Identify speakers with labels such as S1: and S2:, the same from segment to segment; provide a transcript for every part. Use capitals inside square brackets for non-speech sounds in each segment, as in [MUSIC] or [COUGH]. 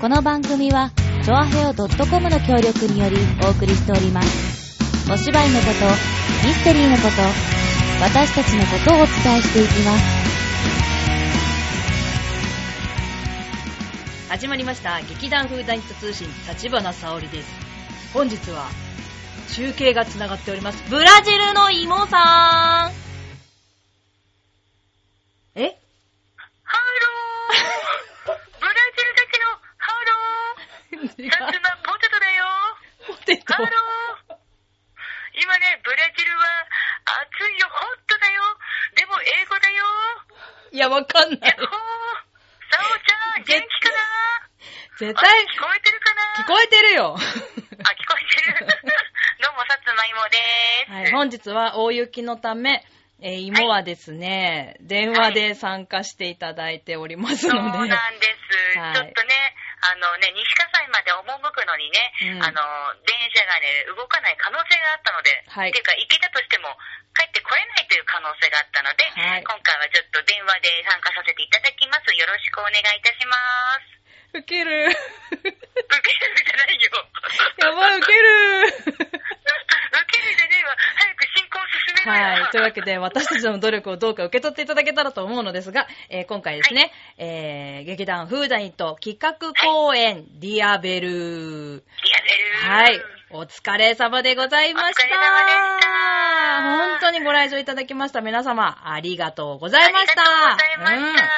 S1: この番組は、ちょあへお .com の協力によりお送りしております。お芝居のこと、ミステリーのこと、私たちのことをお伝えしていきます。
S2: 始まりました劇団風大ヒット通信立花沙織です本日は中継がつながっておりますブラジルのイモさんえ
S3: ハローブラジルだけのハローさつまポテトだよ
S2: ポテト
S3: ハロー今ね、ブラジルは暑いよ、ホットだよでも英語だよ
S2: いやわかんない
S3: やっほーサオちゃん、元気かな
S2: 絶対
S3: あ聞こえてるかな
S2: 聞こえてるよ
S3: あ、聞こえてるどうも、さつまいも
S2: は
S3: でー
S2: い
S3: す。
S2: 本日は大雪のためえー、芋はですね、電話で参加していただいております
S3: そう
S2: の
S3: なん
S2: で、
S3: です、
S2: はい
S3: ちょっとね、あのね、西葛西まで赴くのにね、
S2: うん
S3: あの、電車がね、動かない可能性があったので、
S2: はい
S3: っていうか、行けたとしても、帰ってこれないという可能性があったので、
S2: はい
S3: 今回はちょっと電話で参加させていただきます。よろしくお願いいたしま
S2: ウ
S3: す。
S2: ケる。
S3: 受けるじゃない
S2: やば
S3: よ。
S2: い、ウケる。
S3: 受けるじゃねえわ。早く進行進めろ
S2: は
S3: よ。
S2: い。というわけで、私たちの努力をどうか受け取っていただけたらと思うのですが、えー今回ですね、えー劇団フーダニット企画公演、ディアベル。
S3: やれる。
S2: はい。お疲れ様でございました。
S3: お疲れ様でした
S2: 本当にご来場いただきました皆様、ありがとうござ
S3: あ
S2: い
S3: りが
S2: ました。
S3: とうございました。
S2: うん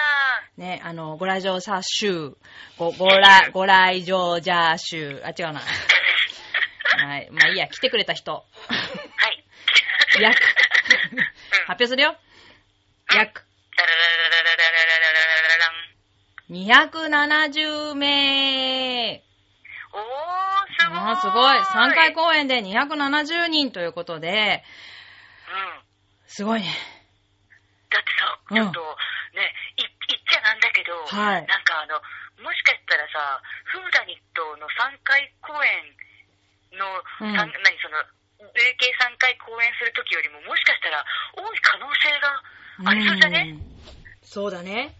S2: ね、あの、ご来場者集、ご、ごら、ご来場者集、あ、違うな。はい。まあいいや、来てくれた人。
S3: はい。
S2: 約。 [LAUGHS]
S3: うん
S2: 発表するよ。約
S3: タララララララララララン。
S2: 270名。
S3: おー、すご
S2: あ
S3: い。
S2: ーすごい。3回
S3: こ。
S2: 公演で270人ということで、
S3: うん。
S2: すごいね。
S3: だって
S2: うん
S3: さ、ちょっと、ね、い、言っちゃなんだけど、
S2: はい
S3: なんかあの、もしかしたらさ、フーダニットの3回公演の、
S2: うん
S3: さん何その、累計3回公演するときよりも、もしかしたら多い可能性がありそうじゃね、
S2: うんそうだね。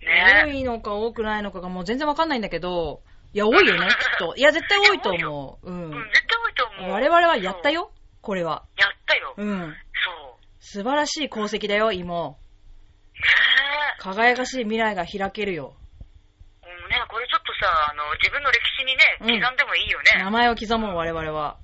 S2: 多
S3: ね
S2: いのか多くないのかがもう全然わかんないんだけど、いや、多いよね、きっと。いや、絶対多いと思う。う
S3: うんん、。絶対多いと思う。
S2: 我々はやったよ、これは。
S3: そう。やったよ。
S2: うん。
S3: そう。
S2: 素晴らしい功績だよ、芋。
S3: ねえ。
S2: 輝かしい未来が開けるよ。
S3: うんね、これちょっとさ、あの、自分の歴史にね、
S2: う
S3: 刻
S2: ん
S3: んでもいいよ
S2: 名
S3: ね。
S2: 前を刻もう、我々は。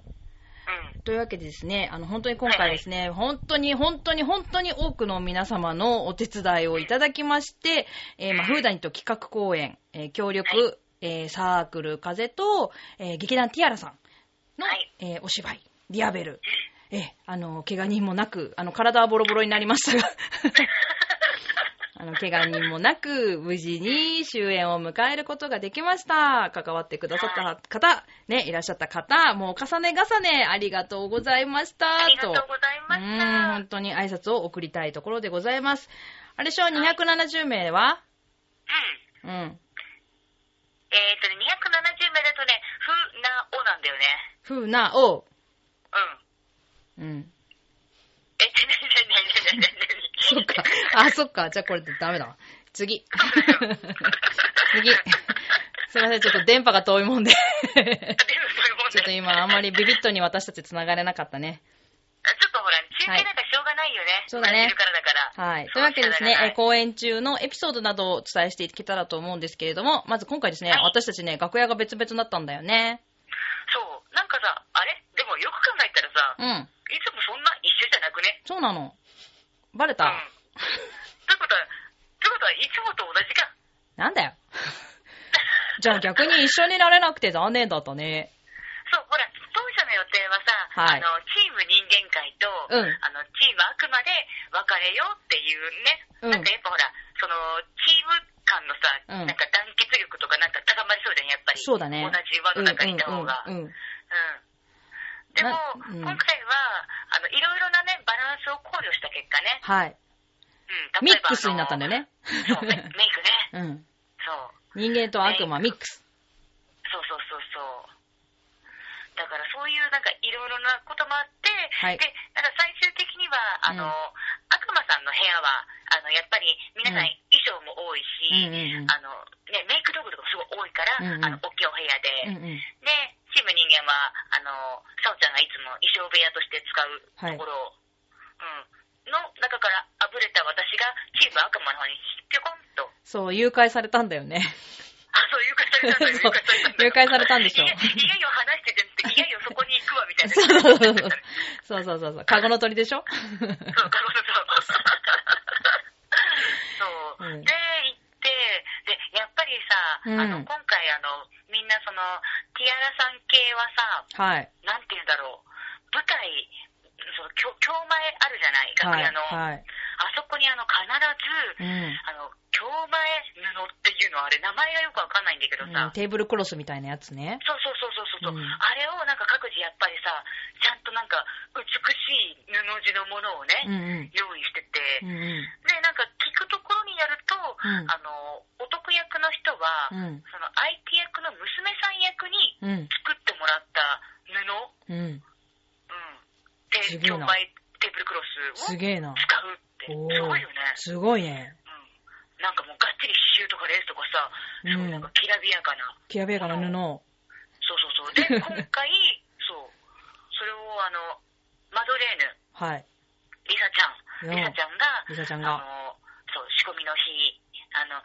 S3: うん。
S2: というわけでですね、あの、本当に今回ですね、本当に、本当に、本当に多くの皆様のお手伝いをいただきまして、えーまあ、フーダニと企画公演、えー協力、
S3: は
S2: えーサークル風と、えー劇団ティアラさんの、
S3: はい
S2: えーお芝居、ディアベル。えーあの、怪我人もなく、あの、体はボロボロになりました
S3: [LAUGHS]
S2: が、あの、怪我人もなく、無事に終演を迎えることができました。関わってくださった方、ね、いらっしゃった方、もう重ね重ねありがとうございました。
S3: ありがとうございまし
S2: うん、
S3: た。
S2: 本当に挨拶を送りたいところでございます。あれでしょ、270名は
S3: うん。
S2: うん。
S3: えっ、とね、270名だとね、ふなおなんだよね。
S2: ふうな、おう。
S3: うん。
S2: うん。
S3: え、ちなになになになになに
S2: [LAUGHS] そっか。あ、そっか。じゃあこれでダメだわ。
S3: [LAUGHS]
S2: 次。次。すいません、ちょっと電波が遠いもんで。 [LAUGHS]
S3: でもそういうもん
S2: ちょっと
S3: ね。
S2: 今あんまりビビットに私たち繋がれなかったね。
S3: ちょっとほら、中継なんかしょうがないよね。
S2: そうだね
S3: ブラジルからだから。
S2: はい。というわけでですね、えー
S3: こ
S2: 公演中のエピソードなどをお伝えしていけたらと思うんですけれども、まず今回ですね、
S3: はい
S2: 私たちね、楽屋が別々だったんだよね。
S3: そう。なんかさ、あれでもよく考えたらさ、
S2: うん。
S3: いつもそんな一緒じゃなくね。
S2: そうなの。バレた、
S3: うん。ということは、ということは、いつもと同じか。
S2: なんだよ。じゃあ逆に一緒になれなくて残念だったね。
S3: そう、ほら、当初の予定はさ、
S2: はい
S3: あの、チーム人間会と、
S2: うん
S3: あの、チームあくまで別れようっていう
S2: うん
S3: ね、なんかやっぱほら、その、チーム間のさ、
S2: うん
S3: なんか団結力とかなんか高まりそうじゃん、やっぱり。
S2: そうだね
S3: 同じ輪の中にいた方が。
S2: う
S3: うんん
S2: うんうんうん。
S3: でも、
S2: なうん
S3: 今回は、あの、いろいろなね、バランスを考慮した結果ね、
S2: はい。
S3: うん、
S2: ミ
S3: 例
S2: ッ
S3: えば
S2: クスになったんだ
S3: ね。
S2: よね。
S3: そう、メメイク
S2: う
S3: ね。
S2: ん。
S3: そう。
S2: 人間と悪魔ミックス。
S3: そうそうそうそう。だからそういうなんかいろいろなこともあって、
S2: はい
S3: で、なんか最終的には、あ
S2: う
S3: の、
S2: ん
S3: 悪魔さんの部屋は、あの、やっぱり皆
S2: う
S3: さ
S2: んん
S3: 衣装装も多
S2: うん
S3: い
S2: うん
S3: し、あのね、メイク道具とかもすごい多いか
S2: う
S3: ら、
S2: んうん
S3: あの大きいお部屋
S2: うん。
S3: で、
S2: うんうん。
S3: で、チーム人間は、あの、さおちゃんがいつも衣装部屋として使
S2: はい
S3: うところを、うん、の中からあぶれた私が、チーム悪魔の方にぴょこんと、
S2: そう、誘拐されたんだよね。
S3: あ、そう、誘拐されたんだよ、
S2: そう誘拐されたんでしょ
S3: いやいやいや話してて、いやいやそこに行くわ、み
S2: [LAUGHS]
S3: たいな。
S2: そうそうそうそう。そうそうそうそう。カゴの鳥でしょ
S3: そう、彼女とそう。
S2: うん
S3: で、行って、で、やっぱりさ、
S2: うん
S3: あの、今回、あの、みんなその、ティアラさん系はさ、
S2: はい。
S3: なんて言うんだろう、舞台、その、京京前あるじゃ
S2: は
S3: な
S2: い。
S3: い、楽屋の。
S2: はい。
S3: あそこに、あの、必
S2: う
S3: ず、
S2: ん。
S3: あの、京前布っていうのは、あれ、名前がよくわかんないんだけど
S2: うん
S3: さ、
S2: テーブルクロスみたいなやつね。
S3: そうそうそうそうそう、う
S2: うん
S3: あれをなんか各自やっぱりさ、ちゃんとなんか美しい布地のものをね、
S2: うんうん。
S3: 用意してて、
S2: うんうん。
S3: で、なんか聞くところによると、
S2: ん
S3: あの、お得役の人は、
S2: うん。
S3: その相手役の娘さん役に
S2: うん。
S3: 作ってもらった布、
S2: うん。
S3: うん、
S2: す
S3: で、
S2: げえ
S3: 京
S2: な
S3: 前テーブルクロス
S2: す
S3: を使う
S2: げえな。
S3: って、す
S2: おー
S3: ごいよね。
S2: すごいね。
S3: うん。なんかもうがっちり刺繍とかレースとかさ、すごいなんかきらびやかな。
S2: きらびやかな布を。
S3: そうそ
S2: [LAUGHS]
S3: うそう。で、今回、そう、それをあの、マドレーヌ、
S2: はい。
S3: リサちゃ
S2: う
S3: ん、
S2: ん
S3: リサちゃんが、
S2: リサちゃんが。
S3: あのそう仕込みの日、あの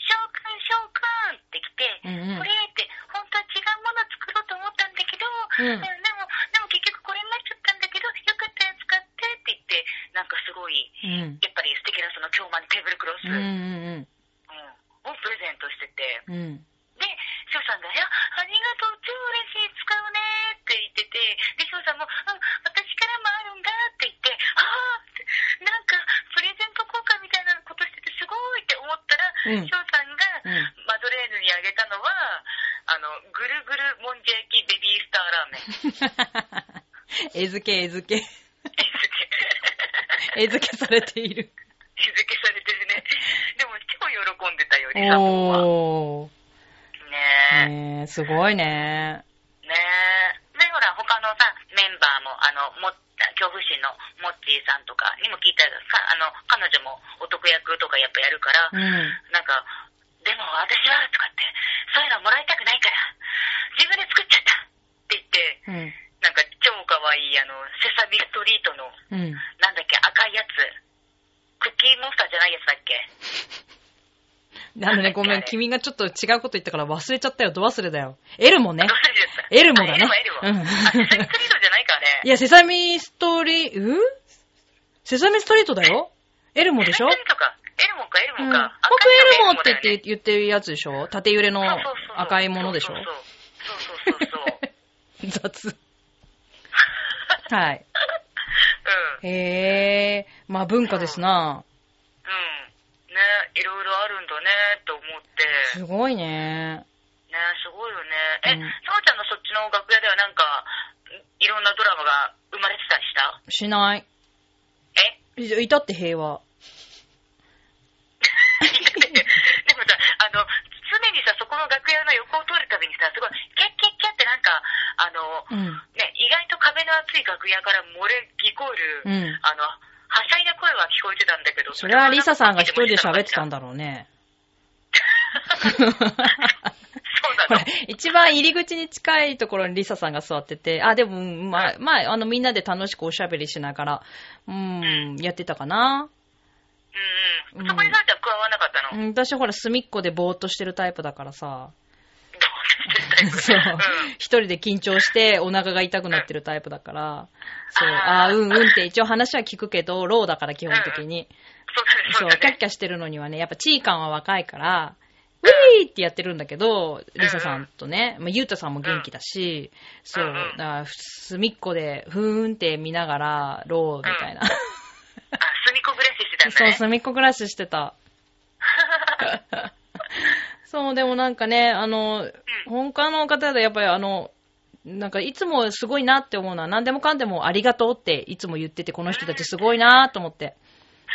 S3: 翔くん、翔くんって来て、
S2: うんうん
S3: これって、本当は違うもの作ろうと思ったんだけど、
S2: うん
S3: でも、でも結局これになっちゃったんだけど、よかったら使ってって言って、なんかすごい、
S2: うん。
S3: やっぱり素敵なその京間のテーブルクロス、
S2: うんうん
S3: うんをプレゼントしてて、
S2: うん。うん。 [LAUGHS]
S3: で、翔さんが、いや、ありがとう、超嬉しい、使うねって言ってて、で、翔さんも、うん、私からもあるんだって言って、ああって、なんか、プレゼント交換みたいなことしてて、すごいって思ったら、
S2: うん
S3: 翔さん
S2: う
S3: が、
S2: ん。
S3: マドレーヌにあげたのは、あの、ぐるぐるもんじゃ焼きベビースターラーメン。
S2: 絵付け、絵付け。[LAUGHS] 絵
S3: 餌 [LAUGHS] 付
S2: 付けされている。
S3: け、餌付けされてるね。でも、超喜んでたよ、リサもは。 [LAUGHS]
S2: おー。
S3: ねえ。
S2: ねえ、すごい
S3: [LAUGHS]
S2: ね。
S3: ねえ。で、ほら、他のさ、メンバーも、あの、も、恐怖心のモッチーさんとかにも聞いたけど、さあの、彼女もお得役とかやっぱやるから、
S2: うん。
S3: なんか、でも私は、とかって、そういうのもらいたくないから、自分で作っちゃったって言って、
S2: うん。
S3: なんか超かわいい、あの、セサミストリートの、
S2: うん。
S3: なんだっけ、赤いやつ。クッキーモンスターじゃないやつだっけ
S2: あのね、ごめん、君がちょっと違うこと言ったから忘れちゃったよ。ど忘れだよ。エルもね
S3: [LAUGHS] ど。うしてだった
S2: エルモだね
S3: あエルモ、エルモ。
S2: うん
S3: あセサミストリートじゃないか、あれ。
S2: いや、セサミストリー、うんセサミストリートだよ。エルモでしょ
S3: セサミストリートか。エルモか、エル
S2: うん、
S3: モ
S2: 僕エ
S3: か。
S2: ルモって言っ
S3: 赤いのがエルモだよね
S2: て言ってるやつでしょ縦揺れの赤いものでしょ
S3: そうそうそうそう。そうそうそう
S2: [LAUGHS]
S3: そう。
S2: 雑。はい。
S3: うん。
S2: へえ、まあ文化です
S3: [LAUGHS]
S2: な。
S3: うん。ね、いろいろあるんだね、と思って。
S2: すごいね。
S3: ね、すごいよね。え、
S2: うん
S3: さ、お、ちゃんのそっちの楽屋ではなんか、いろんなドラマが生まれてたりした
S2: しない。 [LAUGHS]
S3: え
S2: いいたって平和。
S3: でもさ、あの、常にさ、そこの楽屋の横を通るたびにさ、すごい、キャッキャッキャッってなんか、あの、
S2: うん。
S3: ね、意外と壁の厚い楽屋から漏れイコール、
S2: うん
S3: あの、はしゃいだ声は聞こえてたんだけど、
S2: それはリサさんが一人で喋ってたん
S3: だ。
S2: だろうね。
S3: そう
S2: ほ
S3: な
S2: ら
S3: の。、
S2: 一番入り口に近いところにリサさんが座ってて、あ、でも、うんまあ、まあ、あの、みんなで楽しくおしゃべりしながら、うん、やってたかな。
S3: うんうん。そこにさおちゃん加わらなかっ
S2: う
S3: たの。どうん
S2: 私、ほら、隅っこでぼーっとしてるタイプだから
S3: [LAUGHS]
S2: さ、
S3: してんだよ
S2: そう
S3: うん。
S2: 一人で緊張してお腹が痛くなってるタイプだから、そう、あ
S3: あー
S2: あー、うんうんって一応話は聞くけど、ローだから基本的に。
S3: そ
S2: そうう、
S3: だ
S2: キャ
S3: ね
S2: ッ。キャしてるのにはね、やっぱチーカンは若いから、ウィーってやってるんだけど、リサさんとね、まあ、ユータさんも元気だし、そう、
S3: うんう
S2: だ
S3: ん
S2: から、隅っこで、ふーんって見ながら、ローみたいな。
S3: あ、隅っこ暮らししてたんだ
S2: そう、
S3: ね。
S2: 隅っこ暮らしして [LAUGHS] た。そう、でもなんかね、あの、他の方でやっぱりあの、なんかいつもすごいなって思うのは、何でもかんでもありがとうっていつも言ってて、この人たちすごいなと思って。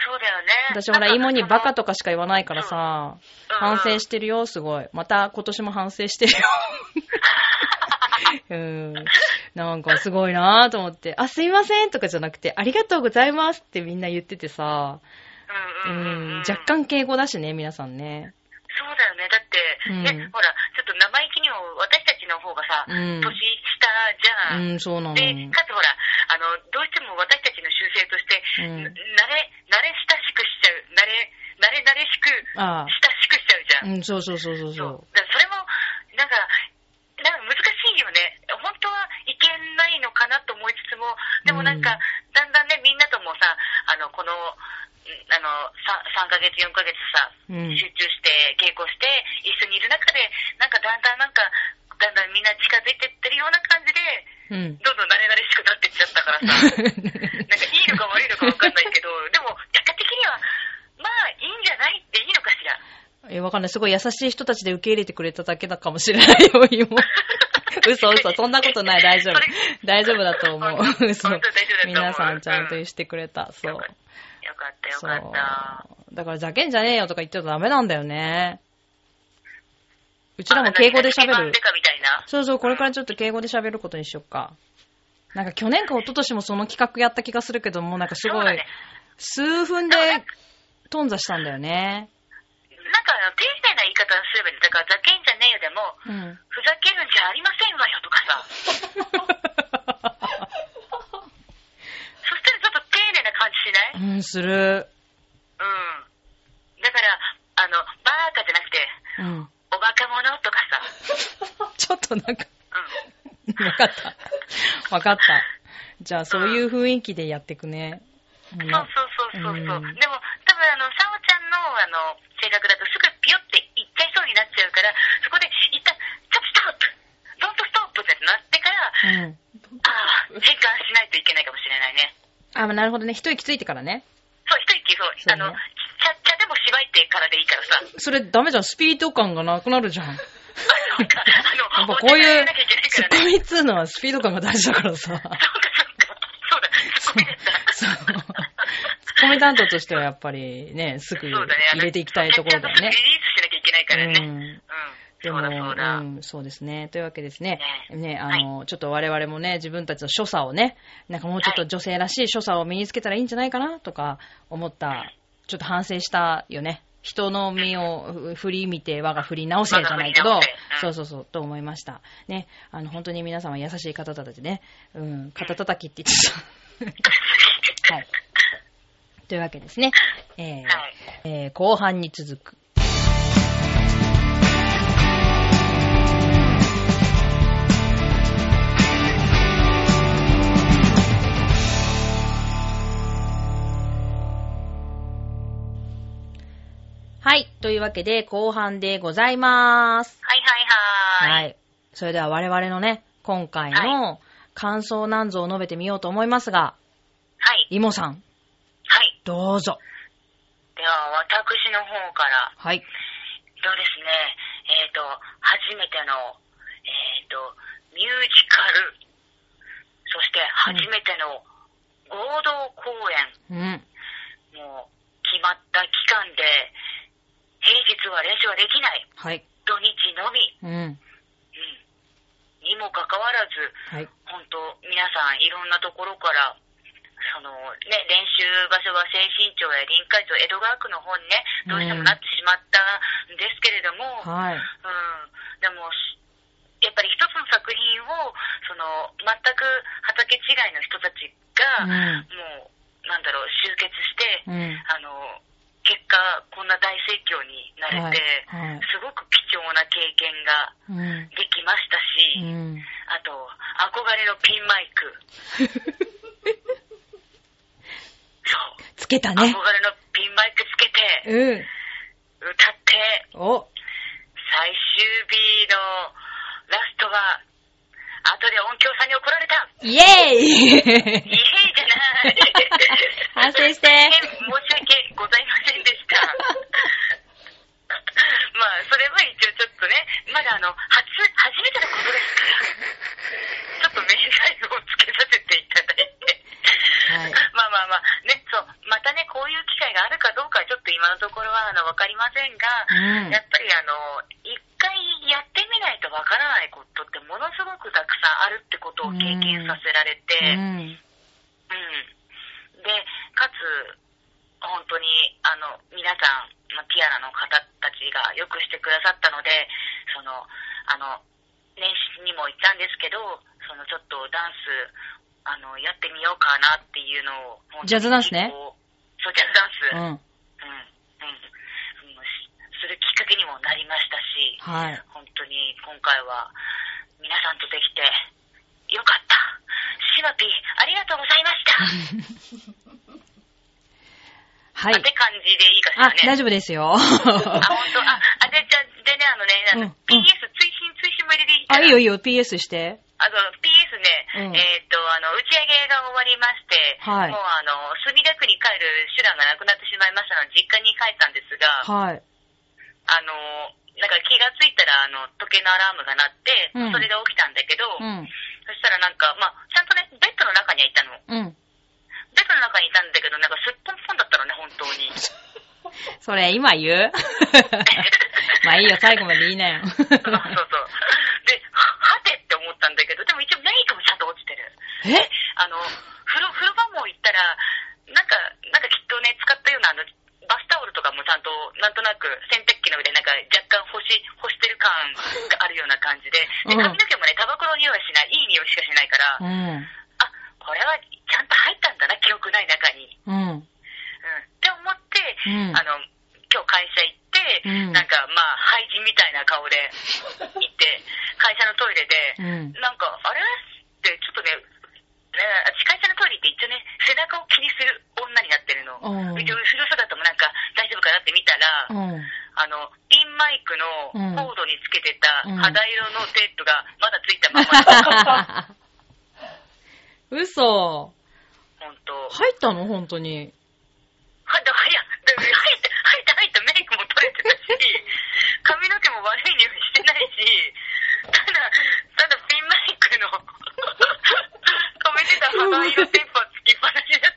S3: そうだよね。
S2: 私ほら、イモにバカと
S3: か
S2: かしか言わないからさ、
S3: うん
S2: 反省してるよ、すごい。また今年も反省
S3: [LAUGHS]
S2: してるよ。うん、なんかすごいなぁと思って、あ、すいませんとかじゃなくて、ありがとうございますってみんな言っててさ、
S3: うんうんうん、うん、
S2: 若干敬語だしね、皆さんね。
S3: そうだよねだって、
S2: うん
S3: ねほらちょっと生意気にも私たちの方がさ、
S2: うん
S3: 年下じゃん、
S2: うん、そうなの。
S3: でかつほらあのどうしても私たちの習性として、
S2: うん
S3: な慣れ慣れ親しくしちゃう慣れ慣れ慣れしく
S2: ああ
S3: 親しくしちゃうじゃん
S2: う、ん、そうそうそうそうそ
S3: そう
S2: う。
S3: だからそれもなんかなんか難しいよね本当はいけないのかなと思いつつもでもなんか、
S2: うん
S3: だんだんねみんなともさあのこのんあの 3, ヶ月4ヶ月さ
S2: うん
S3: 集中して稽古して一緒にいる中でなんかだんだんなんかだんだんみんな近づいてってるような感じで
S2: うん。
S3: どんどん慣れ慣れしくなってっちゃったからさなんかいいのか悪いのか分かんないけどでも結果的にはまあいいんじゃないっていいのかしら
S2: え、わかんない。すごい優しい人たちで受け入れてくれただけだかもしれないよ、
S3: [LAUGHS]
S2: 今。嘘嘘、そんなことない、大丈
S3: そ
S2: 夫。大丈夫だと思
S3: 本当
S2: う。嘘
S3: 本当大丈夫だと思う。
S2: 皆さんちゃん
S3: う
S2: と
S3: ん
S2: してくれた。そう。
S3: よかったよ
S2: そう
S3: かった。。
S2: だから、ざけんじゃねえよとか言ってたらダメなんだよね。うちらも敬語で喋
S3: あなんか定番
S2: る
S3: で。かみたいな。
S2: そうそう、これからちょっと敬語で喋ることにしよっか。なんか去年か一昨年もその企画やった気がするけども、なんかすご
S3: そうだ
S2: い
S3: ね、
S2: 数分で頓挫したんだよね。
S3: なんかあの丁寧な言い方をすればいいんだから、ざけんじゃねえよでも、
S2: うん。
S3: ふざけるんじゃありませんわよとかさ。
S2: [LAUGHS]
S3: そしたらちょっと丁寧な感じしな
S2: う
S3: い
S2: ん、する。
S3: うん。だから、あの、バーカじゃなくて、
S2: うん。
S3: おバカ者とかさ。
S2: [LAUGHS] ちょっとなんか、
S3: うん。
S2: わかった。わかった。じゃあ、そういう雰囲気でやってくね。うん
S3: そうそうそうそうそう。
S2: うん
S3: でも、多分あの、さおちゃんの、あの、性格だとすぐピヨっていっちゃいそうになっちゃうから、そこで一旦、ちょっとストップドントストップってなってから、
S2: うん。
S3: ああ、変換しないといけないかもしれないね。
S2: あ、なるほどね。一息ついてからね。
S3: そう、一息、そう、
S2: そうね
S3: あの、ちゃっちゃでもしばいてからでいいか
S2: [LAUGHS]
S3: らさ。
S2: それダメじゃん。スピード感がなくなる [LAUGHS] じゃん。やっ
S3: そうか、あの、
S2: ぱこうい
S3: お互
S2: う
S3: なきゃいけない、
S2: ツ
S3: か
S2: ッ
S3: ら
S2: コ
S3: ね。
S2: ミっつうのはスピード感が大事だから [LAUGHS] さ。
S3: そうか、そうか。そうだ、ツッコミだった。
S2: そう。ツッコミ担当としてはやっぱりね、すぐ
S3: そう
S2: 入
S3: だね、あの
S2: れていきたいところだよ
S3: ちゃ
S2: ね
S3: っちゃとすぐ。リリースしなきゃいけないからね。
S2: う
S3: うん。
S2: ん。で
S3: そ
S2: も、
S3: うだ、そうだ。
S2: ん、そうですね。というわけですね。
S3: ね
S2: ね、あの、ちょっと我々もね、自分たちの所作をね、なんかもうちょっと女性らしい所作を身につけたらいいんじゃないかなとか思った、ちょっと反省したよね。人の身をふ振り見て、我が振り直せじゃないけ
S3: 我
S2: ど
S3: が振り直、せ
S2: そううんそうそう、と思いました。ね、あの、本当に皆様優しい方々でね、うん、肩叩きって言ってた。はい。というわけですね。えー
S3: はい。
S2: えー後半に続く。はい。というわけで、後半でございます。
S3: はいはいはい。
S2: い。それでは我々のね、今回の感想なんぞを述べてみようと思いますが、
S3: はい。
S2: イモさん、
S3: はい。
S2: どうぞ。
S3: では、私の方から、
S2: はい。
S3: そうですね、えっ、と、初めての、えっ、と、ミュージカル、そして初めての合同公演、
S2: うん。
S3: もう決まった期間で、平日は練習はできない、
S2: はい。
S3: 土日のみ、
S2: うん。
S3: うん、にもかかわらず、
S2: はい。
S3: 本当、皆さんいろんなところから、そのね、練習場所は西新町や臨海町、江戸川区の方にね、どうしてもなってしまったんですけれども、
S2: はい。
S3: うん、でもしやっぱり一つの作品をその全く畑違いの人たち
S2: う
S3: が、
S2: ん。
S3: もうなんだろう集結して、
S2: うん。
S3: あの結果こんな大盛況になれて、
S2: はいはい
S3: すごく貴重な経験が
S2: うん。
S3: できまし
S2: う
S3: たし、
S2: ん。
S3: あと憧れのピンマイクそう
S2: つけた
S3: 憧れ
S2: ね。
S3: のピンマイクつけて
S2: うん。
S3: 歌って
S2: お、
S3: 最終日のラストは、後で音響さんに怒られた。
S2: イ [LAUGHS] エーイ
S3: イエーイじゃな
S2: 反
S3: い。
S2: 省して
S3: 大変申し訳ございませんでした。 [LAUGHS] まあ、それは一応ちょっとね、まだあの、初、初めてのことですから、ちょっと明細をつけさせていただいて。
S2: はい
S3: [LAUGHS] まあまあまあ、ね、そう、またね、こういう機会があるかどうかはちょっと今のところは、あの、わかりませんが、
S2: うん
S3: やっぱりあの、一回やってみないとわからないことってものすごくたくさんあるってことを経験させられて、
S2: うん。
S3: うんで、かつ、本本当に、あの、皆さん、まあティアラの方たちがよくしてくださったので、その、あの、年始にも行ったんですけど、そのちょっとダンス、あの、やってみようかなっていうのを、本当に
S2: ジャズダンスね
S3: こうそう、ジャズダンス。
S2: うん。
S3: うんうん、うんしするきっかけにもなりましたし、
S2: はい。
S3: 本当に今回は皆さんとできてよかった。シマピー、ありがとうございました。
S2: は
S3: っ
S2: い。
S3: て感じでいいかしら
S2: あ、大
S3: ね。
S2: 丈夫ですよ。
S3: あ、本当あ、あ、で、じゃあでね、あの
S2: うん
S3: ね、あの PS 追伸追伸も入れていい
S2: [LAUGHS]
S3: か
S2: あ、
S3: ない
S2: いよいいよ、PS して。
S3: あの、PS
S2: う
S3: ね、
S2: ん
S3: えーっと、あの、打ち上げが終わりまして、
S2: はい
S3: もうあの、墨田区に帰る手段がなくなってしまいましたので、実家に帰ったんですが、
S2: はい。
S3: あの、なんか気がついたら、あの、時計のアラームが鳴って、
S2: うん
S3: それが起きたんだけど、
S2: うん。
S3: そしたらなんか、まあ、ちゃんとね、ベッドの中にはいたの。
S2: うん。
S3: ベッドの中にいたんだけど、なんかすっぽんぽんだったのね、本当に。
S2: それ、今言う [LAUGHS] まあいいよ、最後まで言いなよ。
S3: [LAUGHS] そうそうそう。で、は、はてって思ったんだけど、でも一応メイクもちゃんと落ちてる。
S2: [LAUGHS] え
S3: あの、風呂、風呂場も行ったら、なんか、なんかきっとね、使ったような、あの、バスタオルとかもちゃんと、なんとなく洗濯機の上でなんか若干干し、干してる感があるような感じで、で、
S2: [LAUGHS] うん
S3: 髪の毛もね、タバコの匂いはしない、いい匂いしかしないから、あ、
S2: うん。
S3: これはちゃんと入ったんだな、記憶ない中に。
S2: うん。
S3: うんって思って、
S2: うん
S3: あの今日会社行って、
S2: うん
S3: なんかまあ廃人みたいな顔で行って会社のトイレ
S2: う
S3: で、
S2: ん。
S3: なんかあれってちょっとねね私会社のトイレって一応ね背中を気にする女になってるの
S2: うん
S3: 一応後ろ姿もなんか大丈夫かなって見た
S2: う
S3: ら、
S2: ん。
S3: あのピンマイクの
S2: うん
S3: コードにつけてた
S2: うん
S3: 肌色のテープがまだついたまま
S2: 嘘。
S3: 本当
S2: 入ったの本当に。
S3: はだいや、だ入った、入った、入った、メイクも取れてたし、髪の毛も悪い匂いしてないし、ただ、ただピンマイクの、止めてた肌色テープはつきっぱなしだっ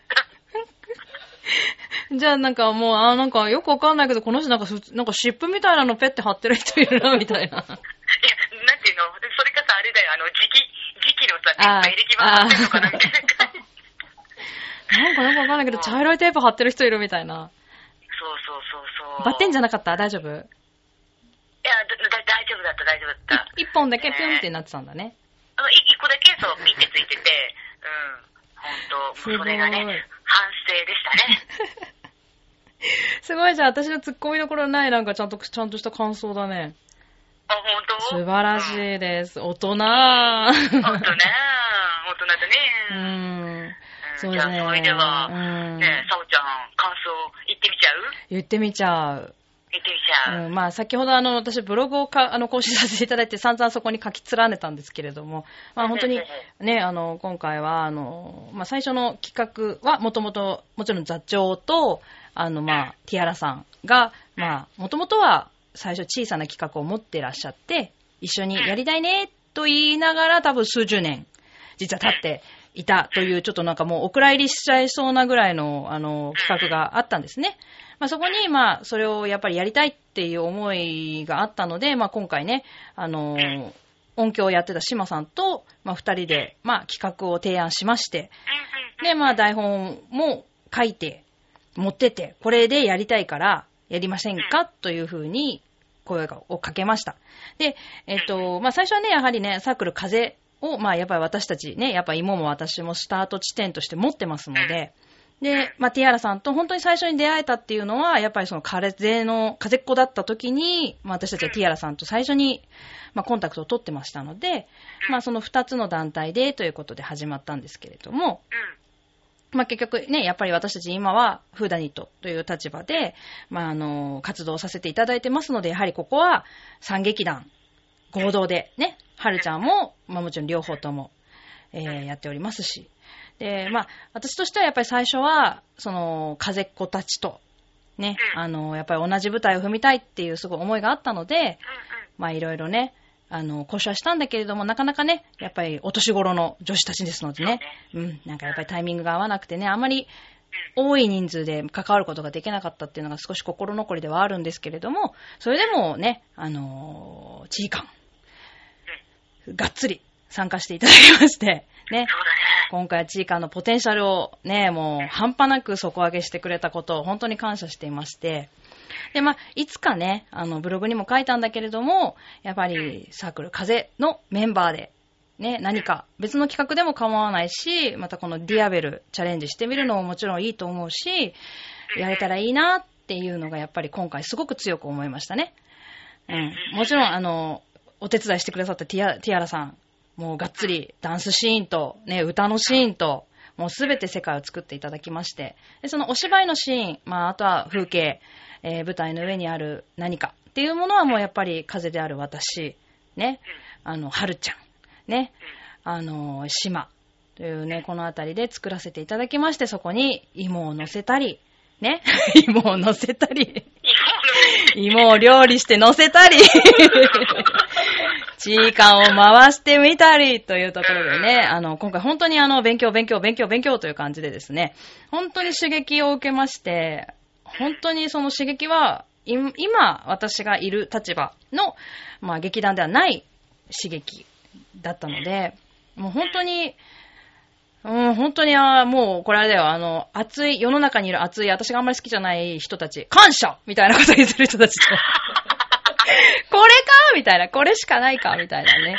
S3: た。
S2: じゃあなんかもう、あ、なんかよくわかんないけど、この人なんかす、なんか湿布みたいなのペッて貼ってる人いるな、みたいな。
S3: いや、なんていうの、それかさ、あれだよ、あの、時期、時期のさ、
S2: あー
S3: エレキバンってんのかなみたいな感じ。
S2: なんかよくわかんないけど、茶色いテープ貼ってる人いるみたいな。
S3: そうそうそうそう。
S2: バッテンじ
S3: ゃ
S2: ゃ
S3: い
S2: なかった大丈夫
S3: やだだ、大丈夫だった、大丈夫だった。
S2: 一本だけピュンってなってたんだね。
S3: あの、い一個だけ、そう、ピッてついてて、うん。本当もうそれがね、
S2: すごい
S3: 反省でしたね。
S2: すごいじゃあ私のツッコミどころないなんかちゃんと、ちゃんとした感想だね。
S3: あ、本当
S2: 素晴らし
S3: うん
S2: いです。大人。う
S3: 本当ね。大人だね。うん
S2: ん。そう
S3: じ
S2: で
S3: ゃ
S2: す
S3: あ、
S2: ね。
S3: それでは、
S2: うん
S3: ね、さおちゃん、感想、言ってみちゃう
S2: 言ってみちゃう。
S3: 言ってみちゃう。
S2: うん、まあ、先ほどあの、私ブログをか、あの、更新させていただいて散々そこに書き連ねたんですけれども、まあ、本当に
S3: うん、
S2: ね、あの、今回は、あの、まあ、最初の企画は、もともと、もちろん座長と、あの、まあ、ティアラさんが、まあ、もともとは、最初小さな企画を持ってらっしゃって、一緒にやりたいね、と言いながら、多分数十年、実は経っていたという、ちょっとなんかもうお蔵入りしちゃいそうなぐらいの、あの、企画があったんですね。まあ、そこに、まあ、それをやっぱりやりたいっていう思いがあったので、まあ、今回ね、あの
S3: ん
S2: 音響をやってた島さんと、まあ、二人で、まあ、企画を提案しまして、
S3: うんうんうん
S2: で、まあ、台本も書いて、持ってって、これでやりたいから、やりませんかというふうに、声をかけました。で、えっと、まあ、最初はね、やはりね、サークル風を、まあ、やっぱり私たちね、やっぱ芋も私もスタート地点として持ってますので、で、まあ、ティアラさんと本当に最初に出会えたっていうのは、やっぱりその風の、風っ子だった時に、まあ、私たちはティアラさんと最初に、まあ、コンタクトを取ってましたので、まあ、その2つの団体でということで始まったんですけれども、
S3: うん
S2: まあ、結局ね、やっぱり私たち今はフーダニットという立場で、まあ、あの、活動させていただいてますので、やはりここは三劇団合同でね、はるちゃんも、まあもちろん両方とも、えーやっておりますし。で、まあ、私としてはやっぱり最初は、その、風っ子たちと、ね、あの、やっぱり同じ舞台を踏みたいっていうすごい思いがあったので、まあいろいろね、あの、交渉はしたんだけれども、なかなかね、やっぱりお年頃の女子たちですのでね、うん、なんかやっぱりタイミングが合わなくてね、あまり多い人数で関わることができなかったっていうのが少し心残りではあるんですけれども、それでもね、あのー、地位感、がっつり参加していただきまして、ね、
S3: そうだね。
S2: 今回はチーカーのポテンシャルをね、もう半端なく底上げしてくれたことを本当に感謝していまして、で、まあ、いつかね、あの、ブログにも書いたんだけれども、やっぱりサークル風のメンバーで、ね、何か別の企画でも構わないし、またこのディアベルチャレンジしてみるのももちろんいいと思うし、やれたらいいなっていうのがやっぱり今回すごく強く思いましたね。うん。もちろん、あの、お手伝いしてくださったティアティアラさん、もうがっつりダンスシーンと、ね、歌のシーンと、もうすべて世界を作っていただきまして、でそのお芝居のシーン、まあ、あとは風景、えー舞台の上にある何かっていうものはもうやっぱり風である私、ね、あの、はるちゃん、ね、あの、島というね、この辺りで作らせていただきまして、そこに芋を乗せたり、ね、 [LAUGHS] 芋を乗せたり、芋を料理して乗せたり、チーカンを回してみたりというところでね、あの、今回本当にあの、勉強、勉強、勉強、勉強という感じでですね、本当に刺激を受けまして、本当にその刺激は、い今、私がいる立場の、まあ、劇団ではない刺激だったので、もう本当に、うん、本当に、あーもう、これあれだよ、あの、熱い、世の中にいる熱い、私があんまり好きじゃない人たち、感謝みたいなこと言ってる人たちと。 [LAUGHS] これかみたいな、これしかないかみたいなね。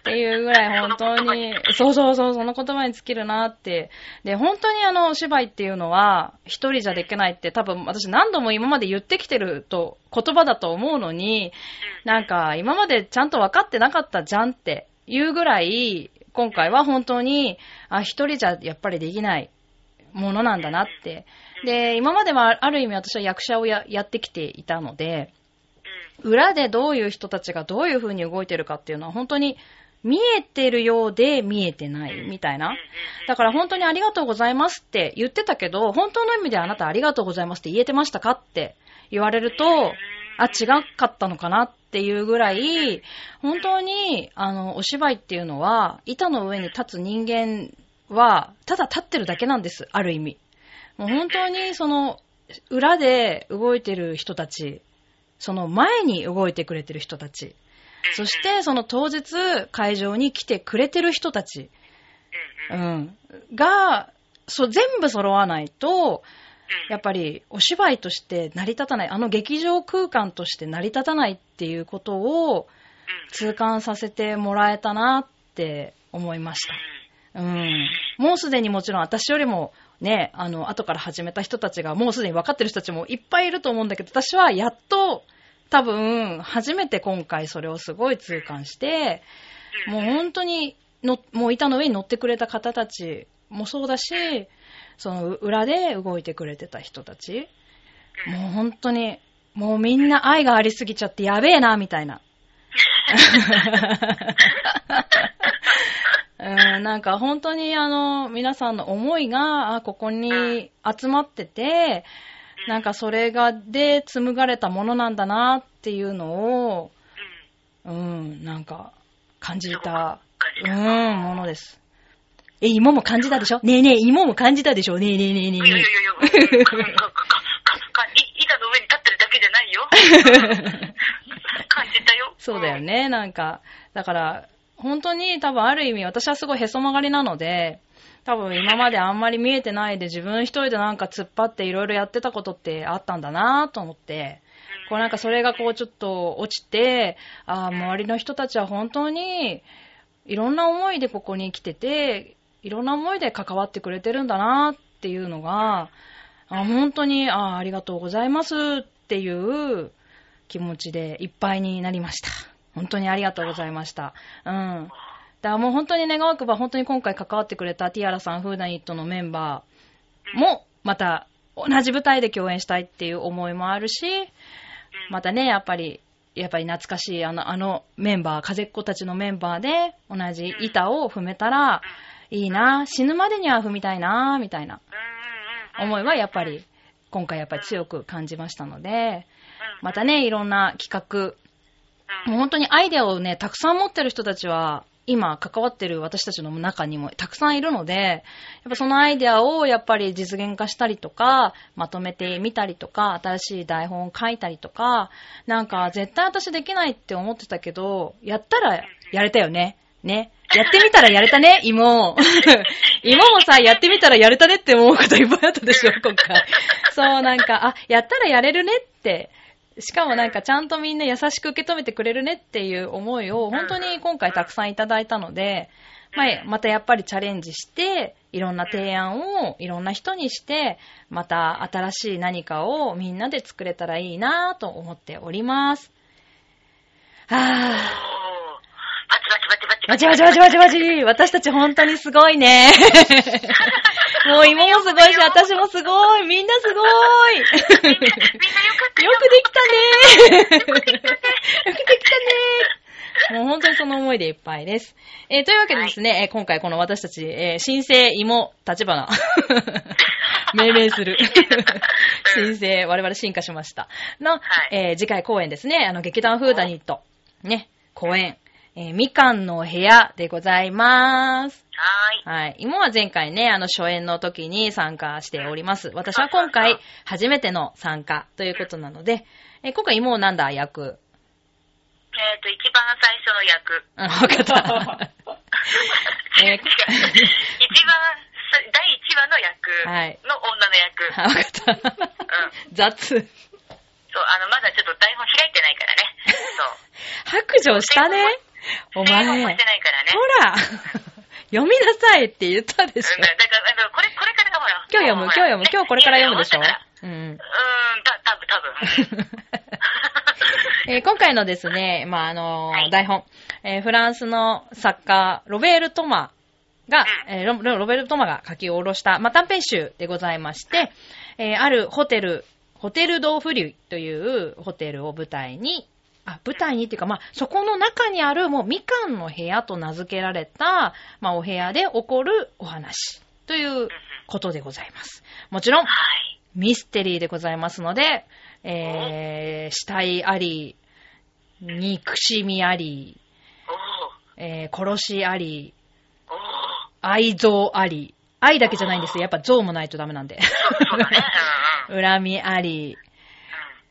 S2: っていうぐらい本当に、そうそうそう、その言葉に尽きるなって。で、本当にあの、お芝居っていうのは、一人じゃできないって多分私何度も今まで言ってきてると、言葉だと思うのに、なんか、今までちゃんと分かってなかったじゃんっていうぐらい、今回は本当に、あ、一人じゃやっぱりできないものなんだなって。で、今まではある意味私は役者をややってきていたので、裏でどういう人たちがどういう風に動いてるかっていうのは本当に見えてるようで見えてないみたいな。だから本当にありがとうございますって言ってたけど、本当の意味であなたありがとうございますって言えてましたかって言われると、あ、違かったのかなっていうぐらい、本当に、あの、お芝居っていうのは、板の上に立つ人間は、ただ立ってるだけなんです、ある意味。もう本当に、その、裏で動いてる人たち、その前に動いてくれてる人たち、そしてその当日会場に来てくれてる人たち、うん、が、そう、全部揃わないと、やっぱりお芝居として成り立たない、あの劇場空間として成り立たないっていうことを痛感させてもらえたなって思いました。うん。もうすでにもちろん私よりもね、あの、後から始めた人たちがもうすでに分かってる人たちもいっぱいいると思うんだけど、私はやっと多分初めて今回それをすごい痛感して、もう本当にの、もう板の上に乗ってくれた方たちもそうだし、その裏で動いてくれてた人たち、もう本当に、もうみんな愛がありすぎちゃってやべえな、みた [LAUGHS] いな。うん、なんか本当にあの、皆さんの思いが、あここに集まってて、なんかそれが、で、紡がれたものなんだなっていうのを、うん、なんか、感じた、うん、ものです。え、芋も感じたでしょねえねえ、芋も感じたでしょねえねえねえねえ
S3: いやいや
S2: ね
S3: いや、うんかかかかい板の上に立ってるだけじゃないよ。感じたよ。
S2: え。そうだよね、なんか。だから、本当に多分ある意味私はすごいへそ曲がりなので、多分今まであんまり見えてないで自分一人でなんか突っ張っていろいろやってたことってあったんだなと思って、こうなんかそれがこうちょっと落ちて、ああ、周りの人たちは本当にいろんな思いでここに来てて、いろんな思いで関わってくれてるんだなっていうのが、あ本当にあーありがとうございますっていう気持ちでいっぱいになりました。本当にありがとうございました。うん。だからもう本当に願わくば本当に今回関わってくれたティアラさん、フーダニットのメンバーもまた同じ舞台で共演したいっていう思いもあるし、またね、やっぱり、やっぱり懐かしいあの、あのメンバー、風っ子たちのメンバーで同じ板を踏めたらいいな、死ぬまでには踏みたいな、みたいな。
S3: うんうんうん。
S2: 思いはやっぱり今回やっぱり強く感じましたので、またね、いろんな企画、もう本当にアイデアをね、たくさん持ってる人たちは、今関わってる私たちの中にもたくさんいるので、やっぱそのアイデアをやっぱり実現化したりとか、まとめてみたりとか、新しい台本を書いたりとか、なんか絶対私できないって思ってたけど、やったらやれたよね。ね。やってみたらやれたね、芋。 [LAUGHS] 芋もさ、やってみたらやれたねって思うこといっぱいあったでしょ、今回。そう、なんか、あ、やったらやれるねって。しかもなんか、ちゃんとみんな優しく受け止めてくれるねっていう思いを、本当に今回たくさんいただいたので、まあ、またやっぱりチャレンジして、いろんな提案をいろんな人にして、また新しい何かをみんなで作れたらいいなと思っております。あー。
S3: おーバチバチバチバチ
S2: バチバチバチバチバチ私たち本当にすごい [LAUGHS] ね。もう芋もすごいし、私もすごいみんなすごい
S3: みんな、
S2: [LAUGHS]
S3: みんなよかった
S2: よ
S3: よ。
S2: くできたねよくできたねもう本当にその思いでいっぱいです。えーというわけでですね、えー今回この私たち、えー新生芋立花。 [LAUGHS] 命名す [LAUGHS] る。新生、我々進化しました。の、
S3: はい
S2: えー次回公演ですね、あの、劇団フーダニット、ね、公演、えーみかんの部屋でございます。
S3: はーい。
S2: はい。芋は前回ね、あの、初演の時に参加しております。私は今回、初めての参加ということなので、え今回芋をなんだ役。
S3: えっ、と、一番最初の役。
S2: あわかっ
S3: [LAUGHS]
S2: た。え
S3: 違う。一番さ、第一話の役
S2: はい
S3: の女の役。
S2: [LAUGHS] あわかった。
S3: うん。
S2: 雑。
S3: そう、あの、まだちょっと台本開いてないからね。そう。
S2: 白状したね。お前。
S3: 台本
S2: ほ
S3: もしてないからね。
S2: ら読みなさいって言ったでし
S3: うん、だ
S2: ょ。
S3: から、あの、これ、これからほら。
S2: 今日読む、今日読む、今日これから読むでしょ
S3: う。 [LAUGHS]
S2: うん。
S3: ーん、た、多分多分
S2: [LAUGHS] えー今回のですね、まあ、あのー
S3: はい
S2: 台本、えーフランスの作家、ロベール・トマが、
S3: う
S2: えーロロロベール・トマが書き下ろした、まあ、短編集でございまして、えーあるホテル、ホテル・ド・フリュイというホテルを舞台に、あ、舞台にっていうか、まあ、そこの中にある、もう、みかんの部屋と名付けられた、まあ、お部屋で起こるお話ということでございます。もちろん、
S3: はい。
S2: ミステリーでございますので、えー、死体あり、憎しみあり、
S3: おー
S2: えー、殺しあり、
S3: おー
S2: 愛憎あり、愛だけじゃないんですよ。やっぱ憎もないとダメ
S3: [LAUGHS]
S2: なんで。
S3: そ
S2: [LAUGHS]
S3: うだね。うんうん。
S2: 恨みあり、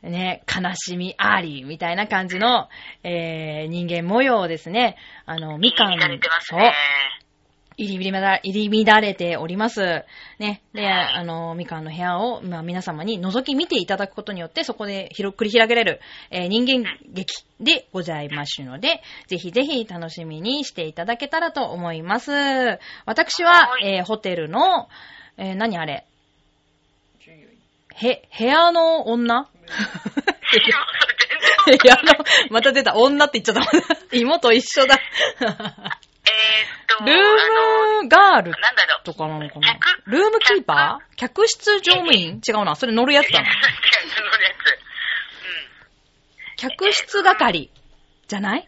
S2: ね、悲しみあり、みたいな感じの、えー、人間模様をですね。あの、みかん、
S3: 乱れてます
S2: そう
S3: ね。
S2: 入り乱れ入り乱れております。ね。で、あの、みかんの部屋を、まあ、皆様に覗き見ていただくことによって、そこで広繰り広げられる、えー人間劇でございますので、ぜひぜひ楽しみにしていただけたらと思います。私は
S3: は、い
S2: えーホテルの、えー何あれへ、部屋の
S3: [LAUGHS]
S2: 女
S3: いやそれ全然
S2: 部屋の、また出た、女って言っちゃった。 [LAUGHS] 芋と一緒だ。
S3: えーっと、
S2: ル
S3: あの、
S2: ームガール
S3: なんだろう。
S2: とかなのかな
S3: 客
S2: ルームキーパー客室乗務員違うな。それ乗るや
S3: [LAUGHS]
S2: つだな。
S3: そのやつ。うん。
S2: 客室係じゃない
S3: え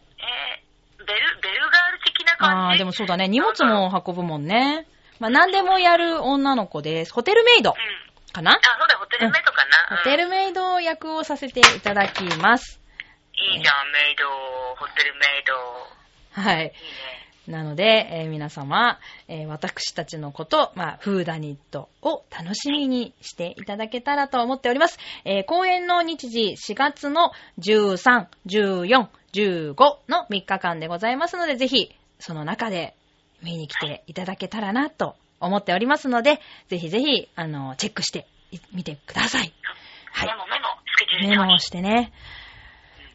S3: ー、ベル、ベルガール的な
S2: あ
S3: 感
S2: あ、
S3: じ
S2: でもそうだね。荷物も運ぶもんね。まあ、何でもやる女の子です。ホテルメイド
S3: うん。
S2: かな
S3: あ、そうだ、ホテルメイドか
S2: ホ
S3: な。
S2: テ
S3: うん
S2: ルメイド役をさせていただきます。
S3: いいじゃん、メイド、ホテルメイド。
S2: はい。
S3: いいね。
S2: なので、えー皆様、えー私たちのこと、まあ、フーダニットを楽しみにしていただけたらと思っております。えー公演の日時、4月の13、14、15の3日間でございますので、ぜひ、その中で見に来ていただけたらなと思っておりますので、ぜひぜひ、あの、チェックしていみてください。はい
S3: メモメモ、スケジュー
S2: メ
S3: ル帳
S2: モを
S3: に。
S2: してね。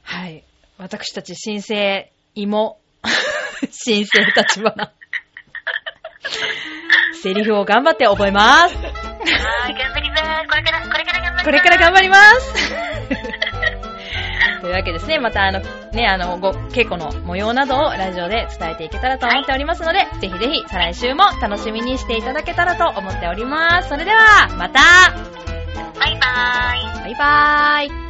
S2: はい。私たち新生、芋、 [LAUGHS] 新生立花。セリフを頑張って覚えます。
S3: はい、頑張ります。これから、これから頑張ります。
S2: これから頑張りますというわけですね、またあの、ね、あの、ご、稽古の模様などをラジオで伝えていけたらと思っておりますので、ぜひぜひ再来週も楽しみにしていただけたらと思っております。それでは、また
S3: バイバーイ。
S2: バイバーイ